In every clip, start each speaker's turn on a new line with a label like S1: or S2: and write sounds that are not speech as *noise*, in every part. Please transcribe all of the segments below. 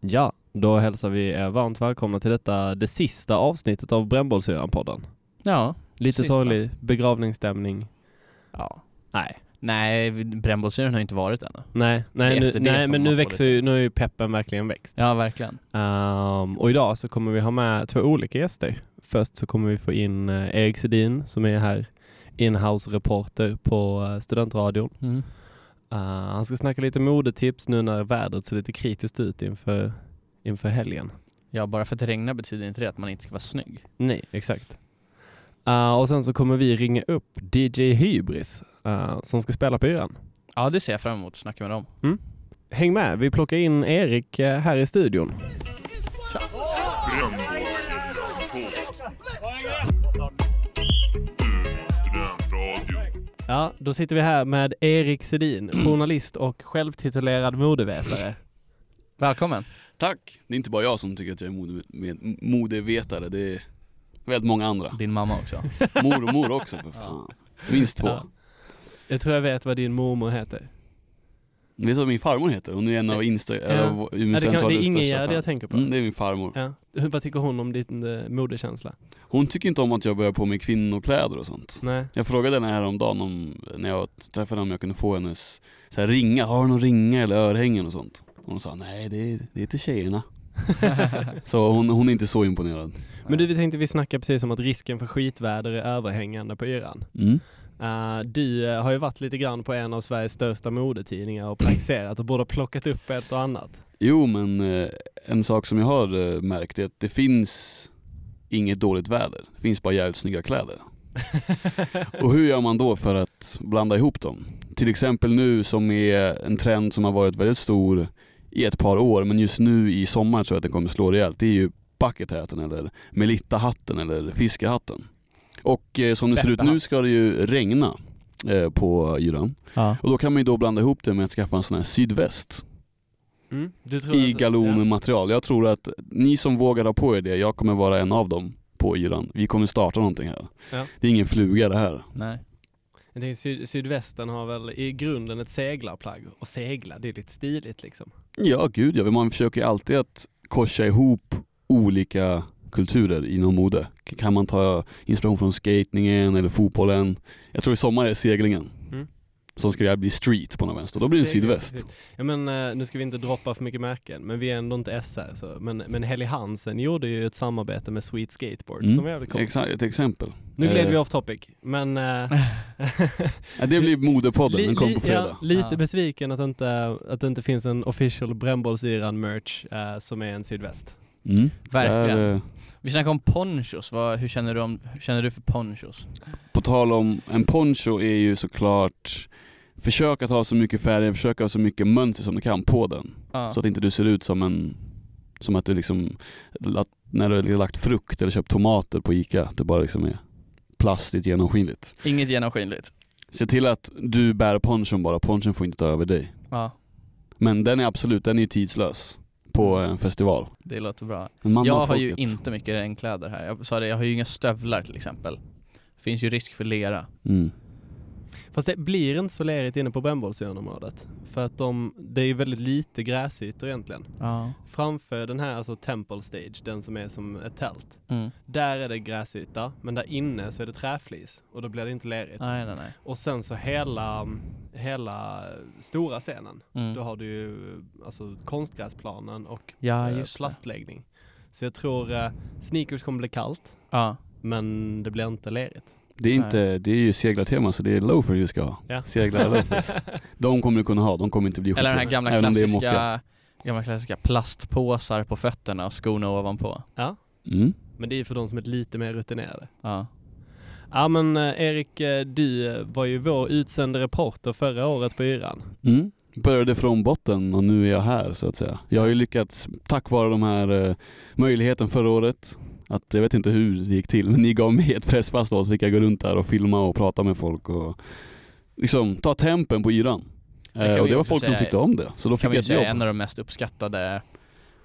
S1: Ja, då hälsar vi er varmt välkomna till detta, det sista avsnittet av Brännbollsyran-podden.
S2: Ja.
S1: Lite
S2: Sista.
S1: sorglig begravningsstämning.
S2: ja.
S1: Nej,
S2: Nej, brännbollsyran har ju inte varit ännu.
S1: nej, nej, nu,
S2: Efter det
S1: nej
S2: får
S1: men nu
S2: man få
S1: växer ju, nu är ju peppen verkligen växt.
S2: Ja, verkligen.
S1: Ehm, och idag så kommer vi ha med två olika gäster. Först så kommer vi få in eh, Erik Sedin som är här inhouse-reporter på eh, studentradion.
S2: Mm.
S1: Eh, han ska snacka lite modetips nu när vädret ser lite kritiskt ut inför, inför helgen.
S2: Ja, bara för att det regnar betyder inte det att man inte ska vara snygg.
S1: Nej, exakt. Eh, och sen så kommer vi ringa upp DJ Hybris eh, som ska spela på yran.
S2: Ja, det ser jag fram emot att snacka med dem.
S1: Häng med, vi plockar in Erik eh, här i studion. Ja, då sitter vi här med Erik *clears throat* Sedin, journalist och självtitulerad modevetare.
S2: Välkommen.
S3: Tack! Det är inte bara jag som tycker att jag är mode, med, modevetare, det är väldigt
S1: *laughs*
S3: många andra.
S2: Din mamma också.
S3: Mor och mor också för fan. Minst två.
S1: Ja. Jag tror jag vet vad din mormor heter.
S3: Vet du vad min farmor heter? Hon är en av Insta... Ja.
S1: Nej, det, kan, det är Ingegärd jag tänker på.
S3: Mm, det är min farmor.
S1: Ja. Hur- Vad tycker hon om din eh, modekänsla?
S3: Hon tycker inte om att jag börjar på mig kvinnokläder och sånt.
S1: *laughs* Nej.
S3: Jag frågade henne häromdagen om, när jag träffade henne om jag kunde få hennes så här, ringa, har du någon ringa eller örhängen och sånt? Och hon sa nej det är, det är till tjejerna. så hon, hon är inte så imponerad.
S1: Men du, vi tänkte vi snackar precis om att risken för skitväder är överhängande på yran.
S3: Mm.
S1: Eh, du eh, har ju varit lite grann på en av Sveriges största modetidningar och praktiserat och både plockat upp ett och annat.
S3: Jo men eh, en sak som jag har eh, märkt är att det finns inget dåligt väder. Det finns bara jävligt snygga kläder. Och hur gör man då för att blanda ihop dem? Till exempel nu som är en trend som har varit väldigt stor i ett par år men just nu i sommar tror jag att den kommer slå rejält. Det är ju bucket hatten eller melitta-hatten eller fiskehatten. Och eh, som det ser ut nu
S2: Bättre-hatt.
S3: ska det ju regna eh, på yran.
S2: Ja.
S3: Och då kan man ju då blanda ihop det med att skaffa en sån här sydväst
S1: Mm. Du tror
S3: i
S1: att-
S3: galon med material. Jag tror att ni som vågar ha på er det, jag kommer vara en av dem på yran. Vi kommer starta någonting här.
S1: Ja.
S3: Det är ingen fluga det här.
S2: Nej.
S1: Jag tänker, syd, sydvästen har väl i grunden ett seglarplagg och segla, det är lite stiligt liksom.
S3: Ja, gud ja. Man försöker ju alltid att korsa ihop olika kulturer inom mode. K- Kan man ta inspiration från skatingen eller fotbollen? Jag tror i sommar är seglingen.
S1: Mm.
S3: Som ska jag bli street på något vänster. Då blir det en
S1: Segla,
S3: sydväst.
S1: precis. Ja men eh, nu ska vi inte droppa för mycket märken, men vi är ändå inte SR så. Men, men Helly Hansen gjorde ju ett samarbete med Sweet Skateboard
S3: Mm.
S1: som är jävligt coolt.
S3: Exakt, ett exempel.
S1: Nu gled
S3: Eh,
S1: vi off topic, men... eh, *laughs*
S3: Ja, det blir modepodden,
S1: li-
S3: den kommer
S1: li-
S3: på fredag.
S1: Ja, lite
S2: Ja.
S1: besviken att det inte, att det inte finns en official brännbollsyran-merch eh, som är en sydväst.
S3: Mm.
S2: Verkligen.
S3: Där, eh,
S2: Vi snackade om ponchos. Vad, hur, känner du om, hur känner du för ponchos?
S3: På tal om, en poncho är ju såklart Försök att ha så mycket färger, försök att ha så mycket mönster som du kan på den.
S2: Ja.
S3: Så att inte du ser ut som en Som att du liksom att När du har lagt frukt eller köpt tomater på Ica, att det bara liksom är plastigt genomskinligt.
S2: Inget genomskinligt.
S3: Se till att du bär ponchon bara, ponchon får inte ta över dig.
S2: Ja,
S3: Men den är absolut, den är ju tidslös på en festival.
S2: det låter bra.
S3: En man
S2: Mm. jag
S3: av
S2: har ju
S3: folket.
S2: inte mycket regnkläder här. Jag sa det, jag har ju inga stövlar till exempel. Finns ju risk för lera.
S3: Mm.
S1: Fast det blir inte så lerigt inne på brännbollsyranområdet. För att de, det är ju väldigt lite gräsytor egentligen.
S2: Ja.
S1: Framför den här alltså Temple Stage, den som är som ett tält.
S2: Mm.
S1: Där är det gräsyta, men där inne så är det träflis och då blir det inte lerigt.
S2: Nej, nej, nej.
S1: Och sen så hela, hela stora scenen, då
S2: Mm.
S1: har du ju alltså konstgräsplanen och
S2: Ja,
S1: eh,
S2: just det.
S1: plastläggning. Så jag tror eh, sneakers kommer bli kallt,
S2: Ja.
S1: men det blir inte lerigt.
S3: Det är inte, det är ju seglartema så det är loafers vi ska ha.
S1: Ja.
S3: Seglar
S1: *laughs*
S3: loafers. *laughs* De kommer du kunna ha, de kommer inte bli
S2: Eller den
S3: skitiga.
S2: här gamla
S3: Även om det är
S2: klassiska, gamla klassiska plastpåsar på fötterna och skorna ovanpå.
S3: Mm.
S1: Men det är för de som är lite mer rutinerade.
S2: Ja.
S1: Ja men eh, Erik, eh, du eh, var ju vår utsände reporter förra året på Yran.
S3: Mm. Började från botten och nu är jag här så att säga. Jag har ju lyckats tack vare de här eh, möjligheten förra året. Att jag vet inte hur det gick till men ni gav mig ett presspass då så fick jag gå runt där och filma och prata med folk och liksom ta tempen på yran.
S2: kan
S3: Eh,
S2: vi
S3: och det
S2: ju
S3: var
S2: också
S3: folk
S2: säga-
S3: som tyckte om det. Så då
S2: Kan
S3: fick
S2: vi
S3: jag
S2: ju
S3: ett
S2: säga
S3: jobb.
S2: en av de mest uppskattade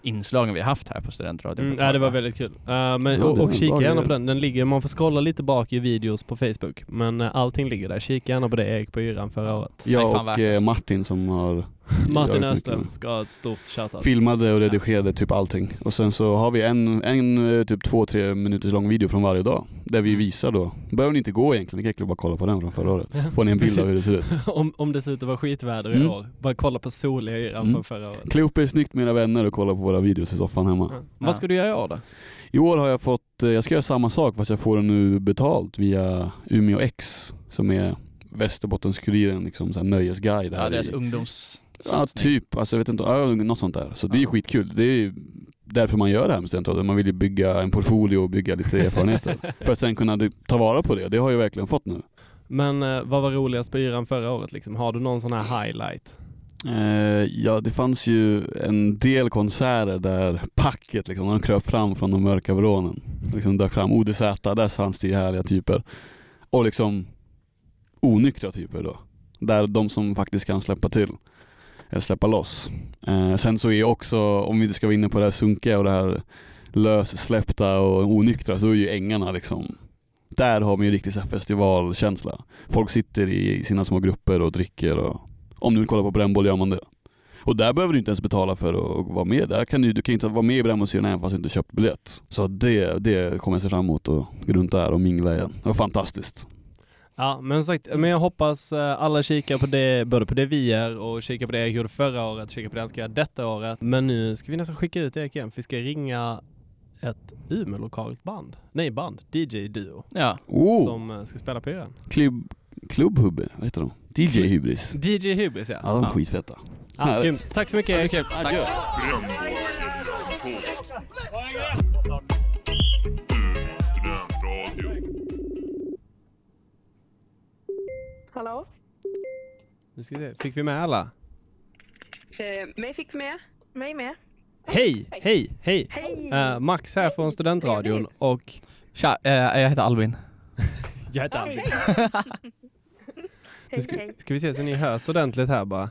S2: inslagen vi haft här på Studentradion.
S1: Mm,
S2: på
S1: ja det
S2: Torpa.
S1: var väldigt kul. Eh, men,
S3: Ja,
S1: och,
S3: det
S1: och
S3: var
S1: kika
S3: bra
S1: gärna
S3: grejer.
S1: på den, den ligger, man får scrolla lite bak i videos på Facebook. Men eh, allting ligger där. Kika gärna på det Erik på Yran förra året.
S2: Nej,
S3: Jag
S2: fan
S3: och
S2: värt
S3: eh,
S2: alltså.
S3: Martin som har
S1: Martin
S3: Jag-
S1: Öström ska ha ett stort shoutout.
S3: Filmade och redigerade typ allting. Och sen så har vi en, en eh, typ två, tre minuters lång video från varje dag. Där
S2: Mm.
S3: vi visar då. Behöver ni inte gå egentligen, ni kan egentligen bara kolla på den från förra
S2: *laughs*
S3: året. Får ni en bild av hur det ser ut.
S1: *laughs* om, om det ser ut att vara skitväder i
S3: Mm.
S1: år, bara kolla på soliga yran
S3: Mm.
S1: från förra året.
S3: Klä upp er snyggt mina vänner och kolla på våra videos i soffan hemma.
S1: Ja. Vad ska du göra i år då?
S3: I år har jag fått, eh, jag ska göra samma sak fast jag får den nu betalt via Umeå X som är Västerbottens-Kuriren, liksom så här nöjesguide
S2: Ja,
S3: här
S2: deras
S3: i Ja
S2: ungdomssatsning.
S3: typ, alltså jag vet inte, ja, något sånt där. Så det är ju
S2: Ja.
S3: skitkul. Det är ju därför man gör det här med studentradion. Man vill ju bygga en portfolio och bygga lite
S2: *laughs*
S3: erfarenheter.
S1: *laughs*
S3: för att sen kunna du- ta vara på det. Det har jag verkligen fått nu.
S1: Men eh, vad var roligast på yran förra året liksom? Har du någon sån här highlight?
S3: Eh, ja det fanns ju en del konserter där packet liksom, de kröp fram från de mörka vrånen. Liksom dök fram. ODZ, där fanns det ju härliga typer. Och liksom onyktra typer då. Där de som faktiskt kan släppa till. Eller släppa loss. Eh, sen så är också, om vi ska vara inne på det här sunkiga och det här lössläppta och onyktra, så är ju ängarna liksom där har man ju riktigt så här festivalkänsla. Folk sitter i sina små grupper och dricker och om du vill kolla på brännboll gör man det. Och där behöver du inte ens betala för att vara med. Där kan du, du kan ju inte vara med i brännbollsserien även fast du inte köpt biljett. Så det, det kommer jag se fram emot och gå runt där och mingla igen. Det var fantastiskt.
S1: Ja, men som sagt, men jag hoppas eh, alla kikar på det, både på det vi gör och kikar på det Erik gjorde förra året, kikar på det han ska göra detta året. Men nu ska vi nästan skicka ut Erik igen, för vi ska ringa ett Umeå-lokalt band. Nej, band. DJ-duo.
S2: Ja,
S3: Oh,
S1: Som eh, ska spela på yran.
S3: klubb, klubbhubbe, vad heter de? DJ Hybris.
S1: DJ Hybris ja.
S3: Ja, de är skitfeta.
S1: ja grymt. Tack så mycket Erik.
S3: Adjö.
S4: Hallå?
S1: Nu ska vi se. Fick vi med alla?
S4: Eh, mig fick med. Mig med.
S1: Hej, hej, hej!
S4: Hej!
S1: Eh, Max här från Studentradion och
S2: tja, eh, jag heter Albin.
S1: jag heter
S4: Hej.
S1: Albin. Nu
S4: hej,
S1: ska,
S4: hej.
S1: ska vi se så ni hörs ordentligt här bara. Eh,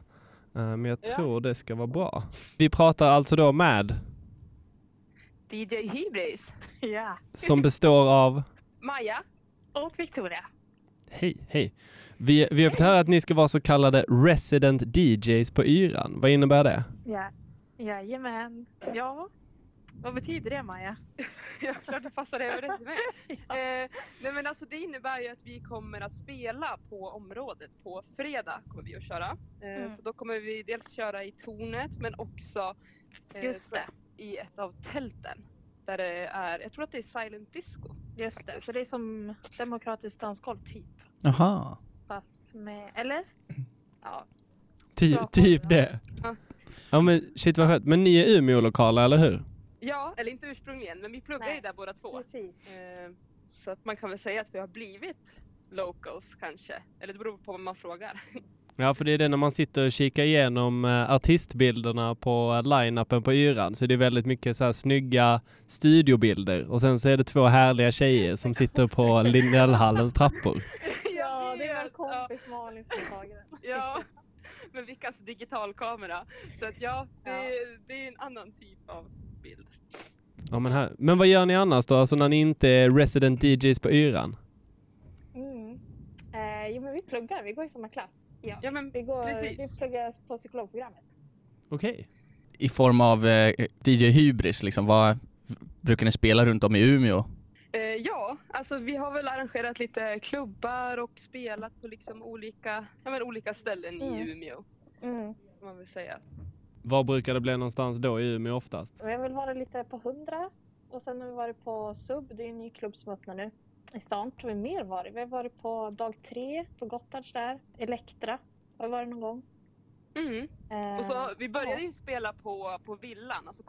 S1: Men jag
S4: Ja.
S1: tror det ska vara bra. Vi pratar alltså då med,
S4: DJ Hybris. Ja. *laughs*
S1: som består av...
S4: Maja. Och Victoria.
S1: Hej, hej. Vi, vi har fått höra att ni ska vara så kallade resident DJs på yran. Vad innebär det?
S4: Ja. Jajamän. Ja.
S5: Vad betyder det Maja?
S6: *laughs* Ja, klart jag passar över det till
S5: *laughs*
S6: mig. eh, nej men alltså det innebär ju att vi kommer att spela på området på fredag kommer vi att köra. Eh,
S5: Mm.
S6: Så då kommer vi dels köra i tornet men också eh,
S5: Just det,
S6: i ett av tälten. Där det är, jag tror att det är silent disco.
S5: just det. Så det är som demokratiskt dansgolv typ.
S2: Jaha.
S5: Fast med, eller? Ja.
S1: Ty,
S5: Bra
S1: typ
S5: fråga.
S1: det.
S6: Ja.
S1: Ja men shit vad skönt. Men ni är Umeå-lokala, eller hur?
S6: Ja, eller inte ursprungligen men vi pluggar ju
S5: Nej.
S6: där båda två.
S5: Precis.
S6: Eh, så att man kan väl säga att vi har blivit locals kanske. Eller det beror på vad man frågar.
S1: Ja, för det är det när man sitter och kikar igenom eh, artistbilderna på eh, line-upen på Yran så det är väldigt mycket så här snygga studiobilder och sen så är det två härliga tjejer som sitter på Linnellhallens trappor.
S6: Jag
S5: *laughs* Ja, det är
S6: vet,
S5: vår
S6: ja.
S5: kompis Malin som har tagit den.
S6: Ja, med Vickans digitalkamera. Så att ja, det, det är en annan typ av bild.
S1: Ja, men, här. men vad gör ni annars då, alltså när ni inte är resident DJs på Yran?
S5: Mm. Eh, jo men vi pluggar, vi går i samma klass. Ja.
S6: Ja men
S5: Vi, går,
S6: Precis.
S5: vi pluggar på psykologprogrammet.
S1: Okej.
S2: I form av eh, DJ Hybris liksom, vad brukar ni spela runt om i Umeå?
S6: eh, ja, alltså vi har väl arrangerat lite klubbar och spelat på liksom olika, ja, men olika ställen
S5: Mm.
S6: i Umeå.
S5: Mm.
S6: Kan man vill säga.
S1: Var brukar det bli någonstans då i Umeå oftast?
S5: Vi har väl varit lite på hundra och sen har vi varit på SUB, det är en ny klubb som öppnar nu i stan. Har vi mer varit? Vi har varit på dag tre på Gottards där, Elektra har vi varit någon gång.
S6: Mm.
S5: Eh,
S6: Och så, vi började ju spela på, på villan, alltså
S5: Just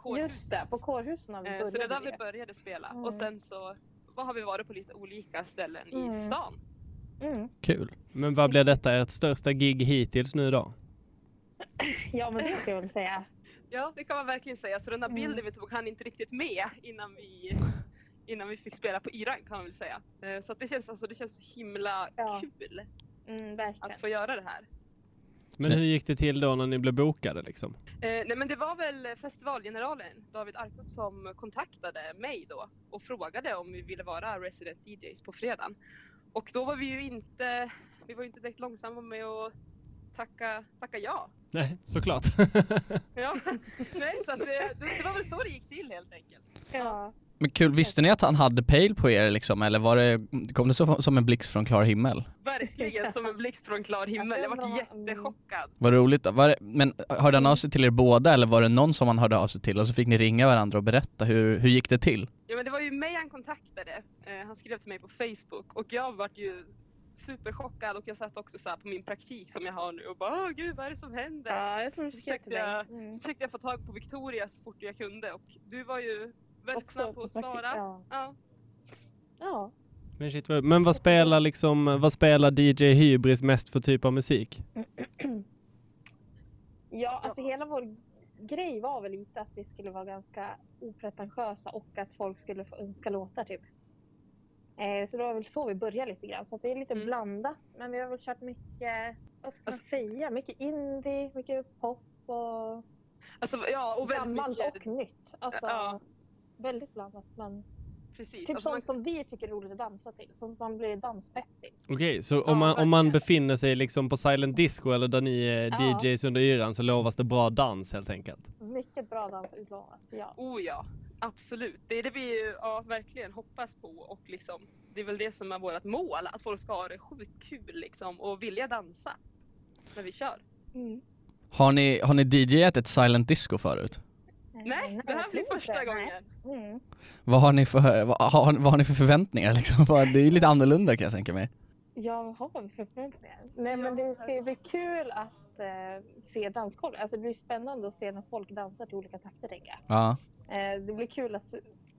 S5: det,
S6: kårhuset.
S5: på kårhusen har vi
S6: Eh,
S5: börjat
S6: så det är där
S5: med
S6: vi började spela.
S5: Mm.
S6: Och sen så vad har vi varit på lite olika ställen
S5: Mm.
S6: i stan.
S5: Mm.
S2: Kul.
S1: Men vad blir detta ert största gig hittills nu då?
S5: Ja men det ska jag väl säga.
S6: Ja, det kan man verkligen säga. Så den där
S5: Mm.
S6: bilden vi tog hann inte riktigt med innan vi, innan vi fick spela på Iran kan man väl säga. Eh, Så att det känns alltså, det känns så himla
S5: Ja.
S6: kul
S5: Mm,
S6: att
S5: verkligen.
S6: få göra det här.
S1: Men hur gick det till då när ni blev bokade liksom?
S6: Eh, nej men det var väl festivalgeneralen David Arpot som kontaktade mig då och frågade om vi ville vara resident DJs på fredagen. Och då var vi ju inte, vi var ju inte direkt långsamma med att tacka, tacka ja.
S1: Nej, *laughs* såklart.
S5: *laughs*
S6: Ja. Nej, så att det, det, det var väl så det gick till helt enkelt.
S5: Ja.
S2: Men kul, visste ni att han hade pejl på er liksom? Eller var det, kom det så, som en blixt från klar himmel?
S6: Verkligen som en blixt från klar himmel. Jag
S5: Ja,
S6: var
S5: det var- mm.
S6: jättechockad.
S2: Vad roligt. Var det, men hörde han av sig till er båda eller var det någon som han hörde av sig till och så fick ni ringa varandra och berätta? Hur, hur gick det till?
S6: Ja men det var ju mig han kontaktade. Eh, han skrev till mig på Facebook och jag vart ju superchockad och jag satt också så här på min praktik som jag har nu och bara åh gud vad är det som händer?
S5: ja, jag tror du skrev
S6: Försökte
S5: till mig.
S6: jag-
S5: Mm.
S6: Så försökte jag få tag på Victoria så fort jag kunde och du var ju väldigt
S5: Också
S6: snabb på att
S5: praktik-
S6: svara. Ja.
S5: Ja. ja.
S1: Men, shit, vad, men vad spelar liksom, vad spelar DJ Hybris mest för typ av musik?
S5: Ja, alltså hela vår grej var väl lite att vi skulle vara ganska opretentiösa och att folk skulle få önska låtar typ. Eh, så det var väl så vi började lite grann. Så att det är lite
S6: Mm.
S5: blandat. Men vi har väl kört mycket, vad ska man
S6: Alltså-
S5: säga, mycket indie, mycket pop och,
S6: Alltså ja och väldigt
S5: gammalt
S6: mycket.
S5: och nytt. Alltså,
S6: Ja.
S5: Väldigt blandat. Men
S6: Precis.
S5: typ
S6: Alltså, man,
S5: sånt som vi tycker är roligt att dansa till. Sånt man blir danspepp till.
S1: Okej, så
S6: Ja,
S1: om, man, om man
S6: verkligen.
S1: befinner sig liksom på silent disco eller där ni är
S5: Ja.
S1: DJs under yran så lovas det bra dans helt enkelt.
S5: Mycket bra dans utlovat. Ja.
S6: oh ja, absolut. Det är det vi ja, verkligen hoppas på och liksom det är väl det som är vårt mål att folk ska ha det sjukt kul liksom och vilja dansa när vi kör.
S5: Mm.
S2: Har ni, har ni DJat ett silent disco förut?
S6: Nej, det här
S5: Mm, jag
S6: blir
S5: tror
S6: första
S5: inte. Nej.
S6: gången.
S5: Mm.
S2: Vad har ni för, vad har, vad har ni för förväntningar liksom? *laughs* Vad- Det är ju lite annorlunda kan jag tänka mig.
S5: Ja, vad har vi för förväntningar? Nej, men
S6: Ja,
S5: det ska bli kul att eh, se danskolv. Alltså, det blir spännande att se när folk dansar till olika takter, tänker jag.
S2: Ja.
S5: Eh, det blir kul att...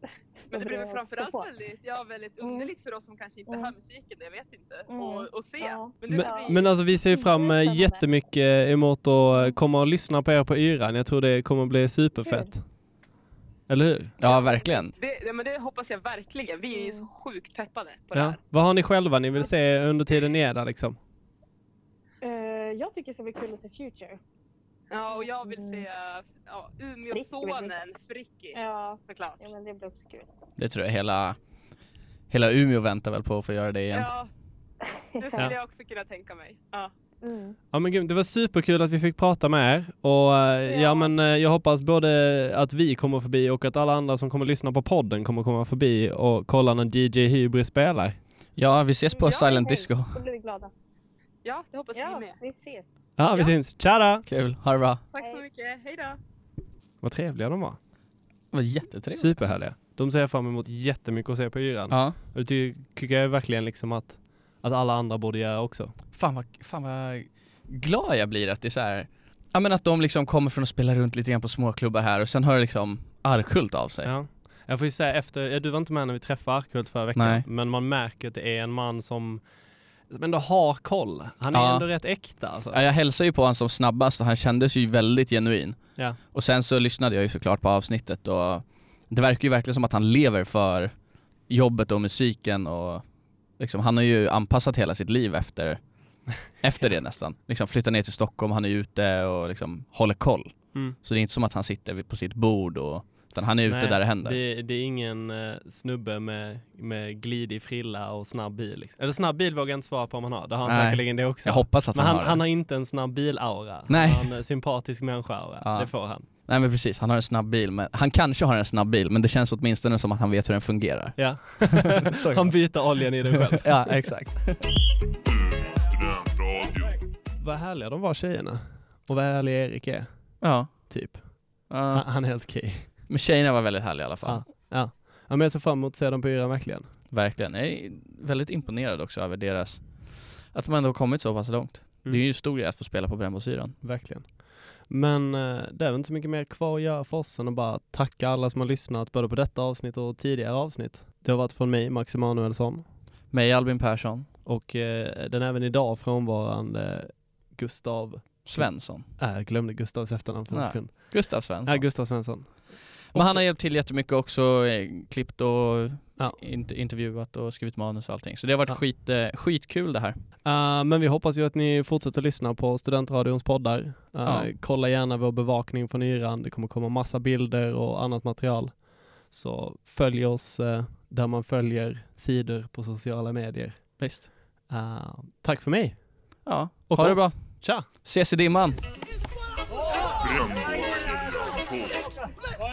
S6: *laughs* Men det blev väl
S5: att
S6: framförallt
S5: stå på.
S6: väldigt, ja, väldigt
S5: Mm.
S6: underligt för oss som kanske inte
S5: Mm.
S6: hör musiken, jag vet inte,
S5: Mm.
S6: och, och se.
S5: Ja.
S6: Men det
S1: Men,
S6: ska bli
S1: men alltså vi ser ju fram
S5: Det är
S1: eh,
S5: spännande.
S1: jättemycket emot att eh, komma och lyssna på er på yran. Jag tror det kommer bli superfett. Eller hur?
S2: ja, verkligen.
S6: det, ja, men det hoppas jag verkligen. Vi är ju
S5: Mm.
S6: så sjukt peppade på det
S1: Ja.
S6: här.
S1: Vad har ni själva ni vill se under tiden ni är där liksom?
S5: Eh, jag tycker det ska bli kul att se Future.
S6: Ja, och jag vill
S5: Mm.
S6: se ja, Umeåsonen Fricki
S5: Ja,
S6: såklart.
S5: ja men det blir också kul.
S2: Det tror jag hela, hela Umeå väntar väl på att få göra det igen.
S6: Ja, det skulle jag också kunna tänka mig. Ja.
S5: Mm.
S1: Ja men gud, det var superkul att vi fick prata med er och eh, ja,
S5: Ja.
S1: men eh, jag hoppas både att vi kommer förbi och att alla andra som kommer lyssna på podden kommer komma förbi och kolla när DJ Hybris spelar.
S2: Ja, vi ses på
S6: Ja,
S2: silent
S5: hej.
S2: disco.
S5: Då blir vi glada.
S6: ja, det hoppas vi
S5: Ja,
S6: med.
S5: vi ses.
S1: Ja, vi
S6: Ja.
S1: syns. Tja då!
S2: Kul, ha det bra.
S6: Tack så
S5: Hej.
S6: mycket, hejdå!
S1: Vad trevliga de var.
S2: Det var jättetrevligt.
S1: Superhärliga. De ser jag fram emot jättemycket att se på yran.
S2: Ja.
S1: Och det ty- tycker jag verkligen liksom att, att alla andra borde göra också.
S2: Fan vad, fan vad glad jag blir att det är så här. Ja men att de liksom kommer från att spela runt lite grann på småklubbar här och sen hör liksom Arkult av sig.
S1: Ja. Jag får ju säga efter, ja, du var inte med när vi träffade Arkult förra veckan,
S2: Nej.
S1: men man märker att det är en man som som ändå har koll. Han är
S2: Ja.
S1: ändå rätt äkta alltså.
S2: Ja, jag hälsade ju på honom som snabbast och han kändes ju väldigt genuin.
S1: Ja.
S2: Och sen så lyssnade jag ju såklart på avsnittet och det verkar ju verkligen som att han lever för jobbet och musiken och liksom, han har ju anpassat hela sitt
S1: *laughs*
S2: liv efter, efter det nästan. Liksom flyttar ner till Stockholm, han är ute och liksom håller koll.
S1: Mm.
S2: Så det är inte som att han sitter vid- på sitt bord och, utan han är ute
S1: Nej,
S2: där det händer.
S1: Det, det är ingen eh, snubbe med, med glidig frilla och snabb bil. Liksom. Eller snabb bil vågar jag inte svara på om han har. Det har han
S2: Nej.
S1: säkerligen det också.
S2: Jag hoppas att
S1: liksom. men
S2: han,
S1: han,
S2: har
S1: han
S2: det.
S1: har inte en snabb bil-aura.
S2: Nej.
S1: Han har en eh, sympatisk människa-aura.
S2: Ja.
S1: Det får
S2: *laughs*
S1: han.
S2: Nej men precis, han har en snabb bil. Men han kanske har en snabb bil men det känns åtminstone som att han vet hur den fungerar.
S1: Ja.
S2: Så kan
S1: han
S2: man-
S1: byter oljan i den själv.
S2: ja exakt.
S1: *laughs* Vad härliga de var tjejerna. Och vad härlig Erik är.
S2: Ja.
S1: Typ.
S2: ja.
S1: Han, han är helt okej.
S2: Men tjejerna var väldigt härliga i alla fall.
S1: Ja, men jag ser fram emot att se dem på yran verkligen.
S2: Verkligen. Jag är väldigt imponerad också över deras, att de ändå har kommit så pass långt. Det är
S1: Mm.
S2: ju en stor grej att få spela på Brännbosyran.
S1: Verkligen. Men eh, det är väl inte så mycket mer kvar att göra för oss än att bara tacka alla som har lyssnat både på detta avsnitt och tidigare avsnitt. Det har varit från mig, Max Emanuelsson,
S2: Mig Albin Persson,
S1: och eh, den även idag frånvarande Gustav,
S2: Svensson,
S1: äh, jag glömde Gustavs efternamn för en
S2: Nej.
S1: sekund.
S2: Gustav Svensson.
S1: Ja, Gustav Svensson.
S2: men han har hjälpt till jättemycket också, eh, klippt och
S1: Ja.
S2: int- intervjuat och skrivit manus och allting. Så det har varit
S1: Ja.
S2: skit, eh, skitkul det här.
S1: Eh, men vi hoppas ju att ni fortsätter lyssna på Studentradions poddar. Eh,
S2: Ja.
S1: Kolla gärna vår bevakning från Yran. Det kommer komma massa bilder och annat material. Så följ oss eh, där man följer sidor på sociala medier.
S2: Visst.
S1: Eh, tack för mig.
S2: Ja,
S1: Och
S2: ha det
S1: oss.
S2: bra.
S1: Tja!
S2: Ses i dimman.
S7: It's what Drömavsnitt på